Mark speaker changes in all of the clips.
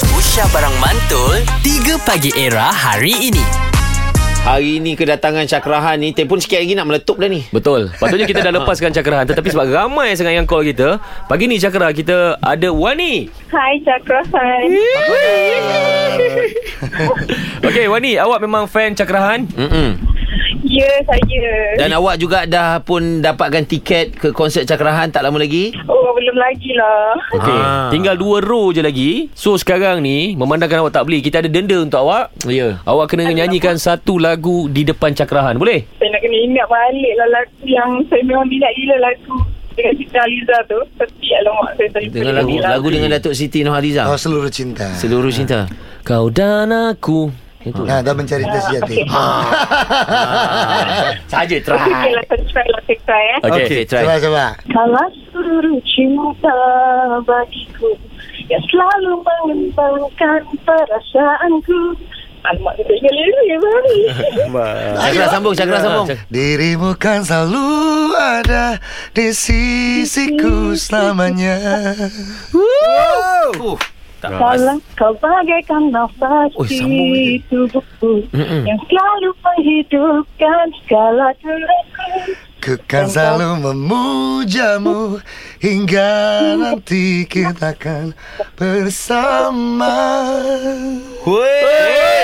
Speaker 1: Syah Barang Mantul 3 Pagi Era hari ini
Speaker 2: Hari ni kedatangan Syakrahan ni Tempun sikit lagi nak meletup dah ni
Speaker 3: Betul. Patutnya kita dah lepaskan cakrahan tetapi sebab ramai sangat yang call kita, pagi ni cakra kita ada Wani.
Speaker 4: Hai Chakrahan
Speaker 3: Okey, Wani, awak memang fan cakrahan?
Speaker 2: Mm-mm.
Speaker 4: Ya saya
Speaker 2: Dan awak juga dah pun dapatkan tiket ke konsert Syakrahan tak lama lagi
Speaker 4: Oh belum lagi lah
Speaker 3: Okey,
Speaker 2: Ah.
Speaker 3: tinggal dua row je lagi. So sekarang ni memandangkan awak tak beli, kita ada denda untuk awak.
Speaker 2: Ya
Speaker 3: Awak kena nyanyikan satu lagu di depan cakrahan. Boleh?
Speaker 4: Saya nak kena ingat balik lah lagu yang saya memang minat gila lagu Dengan Siti Aliza tu Tapi alamak saya lah. tak
Speaker 2: Dengan lagu lagu dengan Datuk Siti Nurhaliza
Speaker 5: Oh, seluruh cinta.
Speaker 2: Ah. Seluruh cinta Ah.
Speaker 3: Kau dan aku. Itu.
Speaker 5: Nah, dah mencari cinta sejati.
Speaker 2: Saja
Speaker 4: Okay lah saya try lah saya try eh
Speaker 3: Okey,
Speaker 2: Okey, try
Speaker 5: Coba, coba.
Speaker 4: Salah seluruh cinta bagiku Yang selalu mengembangkan perasaanku Alamak saya tak ingat lirik balik
Speaker 6: Uh,
Speaker 2: Cakra sambung Cakra sambung
Speaker 5: Dirimu kan selalu ada di sisiku selamanya.
Speaker 2: Oh.
Speaker 4: Salah kau bagaikan nafas
Speaker 2: Oi, sambung
Speaker 4: di tubuhku
Speaker 2: Mm-mm.
Speaker 4: Yang selalu menghidupkan segala deraku
Speaker 5: Ku kan selalu memujamu hingga nanti kita akan bersama.
Speaker 2: Wey.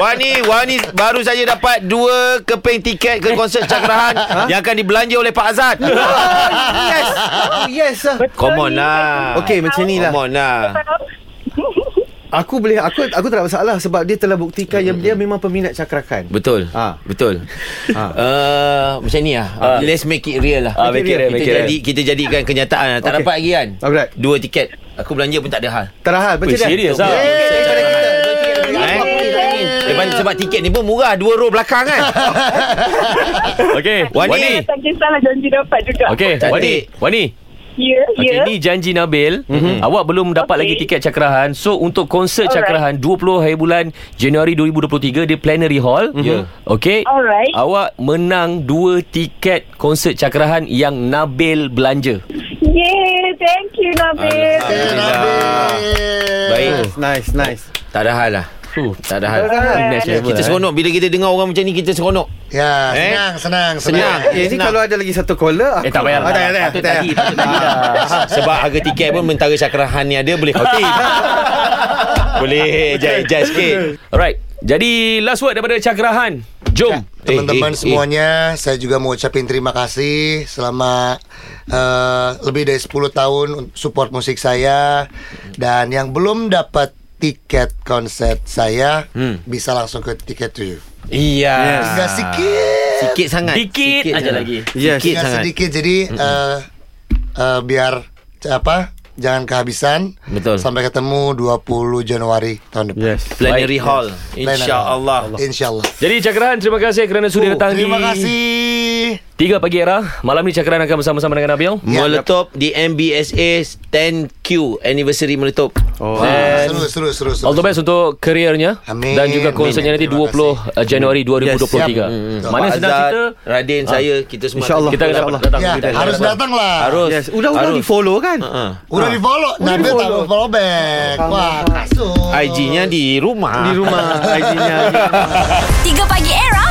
Speaker 2: Wani, Wani baru saja dapat dua keping tiket ke konsert Cakrahan yang akan dibelanja oleh Pak Azad. yes.
Speaker 6: Yes ah.
Speaker 2: Come on lah.
Speaker 6: Okey, macam ni lah.
Speaker 2: Come on lah.
Speaker 6: Aku boleh aku aku tak ada masalah sebab dia telah buktikan yang dia memang peminat cakrakan.
Speaker 2: Betul.
Speaker 6: Ah.
Speaker 2: Betul.
Speaker 6: Ah.
Speaker 2: Uh, macam ni lah.
Speaker 3: Ah.
Speaker 2: Let's make it real lah.
Speaker 3: Ah, make it real,
Speaker 2: kita
Speaker 3: make it real.
Speaker 2: jadi kita jadikan kenyataan lah. Tak
Speaker 6: Okay.
Speaker 2: dapat lagi kan?
Speaker 6: Alright.
Speaker 2: Dua tiket. Aku belanja pun tak ada hal.
Speaker 6: Terahal
Speaker 3: Weh,
Speaker 6: macam dia.
Speaker 3: serius ah.
Speaker 2: Eh? Sebab, sebab tiket ni pun murah Dua row belakang kan
Speaker 3: Okey,
Speaker 2: Wani.
Speaker 3: Wani.
Speaker 4: Tak kisahlah janji dapat juga
Speaker 3: Okey,
Speaker 2: Cantik.
Speaker 3: Wani. Wani.
Speaker 4: Ya
Speaker 3: Okay,
Speaker 4: ya
Speaker 3: ni janji Nabil. Mm-hmm. Awak belum dapat okay.
Speaker 4: Okey.
Speaker 3: lagi tiket cakrahan. So untuk konsert
Speaker 4: Alright.
Speaker 3: cakrahan 20 hari bulan Januari 2023 di Plenary Hall. Mm-hmm. Yeah. Okey.
Speaker 4: Alright.
Speaker 3: Awak menang dua tiket konsert cakrahan yang Nabil belanja.
Speaker 4: Yeay thank you Nabil
Speaker 2: Baik
Speaker 3: Hmm.
Speaker 6: Nice, nice.
Speaker 2: Tak ada hal lah
Speaker 3: Huh.
Speaker 2: Tak ada hal
Speaker 3: Next level.
Speaker 2: Kita seronok Bila kita dengar orang macam ni Kita seronok Eh?
Speaker 5: Ya, senang, senang,
Speaker 2: Senang.
Speaker 5: senang.
Speaker 6: Eh, ni
Speaker 2: Senang.
Speaker 6: kalau ada lagi satu caller aku
Speaker 3: Eh tak payah.
Speaker 6: Ah, tak payah, tak payah.
Speaker 2: Patut tadi patut tadi dah. Ah. Sebab harga tiket pun Mentara Syakrahan ni ada Boleh kau Boleh Ejaz-ejaz sikit
Speaker 3: Alright. Jadi last word daripada cakrahan. Jom.
Speaker 2: Eh, eh,
Speaker 5: Teman-teman
Speaker 2: eh.
Speaker 5: semuanya, saya juga mau ucapin terima kasih selama uh, lebih dari 10 tahun un- support musik saya dan yang belum dapat tiket konsert saya
Speaker 2: Hmm.
Speaker 5: bisa langsung ke tiket to you.
Speaker 2: Iya
Speaker 5: Tinggal sikit,
Speaker 2: Sikit sangat
Speaker 3: Dikit aja
Speaker 2: sangat.
Speaker 3: lagi.
Speaker 2: Sikit
Speaker 6: Yes.
Speaker 5: tinggal
Speaker 2: sangat
Speaker 5: sedikit jadi uh, uh, biar apa? Jangan kehabisan.
Speaker 2: Betul.
Speaker 5: Sampai ketemu 20 Januari tahun depan.
Speaker 6: Yes.
Speaker 2: Plenary Hall InsyaAllah
Speaker 5: Insyaallah.
Speaker 3: Jadi cakrahan terima kasih kerana sudah datang
Speaker 5: Uh, Terima
Speaker 3: di
Speaker 5: kasih.
Speaker 3: 3 pagi era. Malam ni cakrahan akan bersama-sama dengan Nabil.
Speaker 5: Ya,
Speaker 2: Meletup di MBSA 10Q Anniversary meletup
Speaker 6: Oh.
Speaker 3: Dan-
Speaker 5: Seru, seru, seru, seru.
Speaker 3: All the best untuk kariernya
Speaker 5: Amin.
Speaker 3: dan juga konsernya nanti
Speaker 5: Amin.
Speaker 3: 20
Speaker 5: Terima
Speaker 3: uh, Januari 2023.
Speaker 5: siap.
Speaker 3: Hmm.
Speaker 2: Pak
Speaker 3: Mana sedang
Speaker 2: Azad,
Speaker 3: kita
Speaker 2: Radin saya Kita semua
Speaker 6: InsyaAllah.
Speaker 3: kita akan
Speaker 6: Insya-Allah.
Speaker 3: datang
Speaker 5: Ya,
Speaker 3: kita
Speaker 5: harus
Speaker 3: akan
Speaker 5: datang lah.
Speaker 2: Harus
Speaker 6: Yes, udah udah
Speaker 2: Harus.
Speaker 6: di follow kan?
Speaker 2: Ah.
Speaker 5: Udah di follow. Nabil tak
Speaker 6: follow.
Speaker 5: follow back. Wah, kasut.
Speaker 2: IG-nya di rumah
Speaker 6: Di rumah IG-nya.
Speaker 7: 3 Pagi Era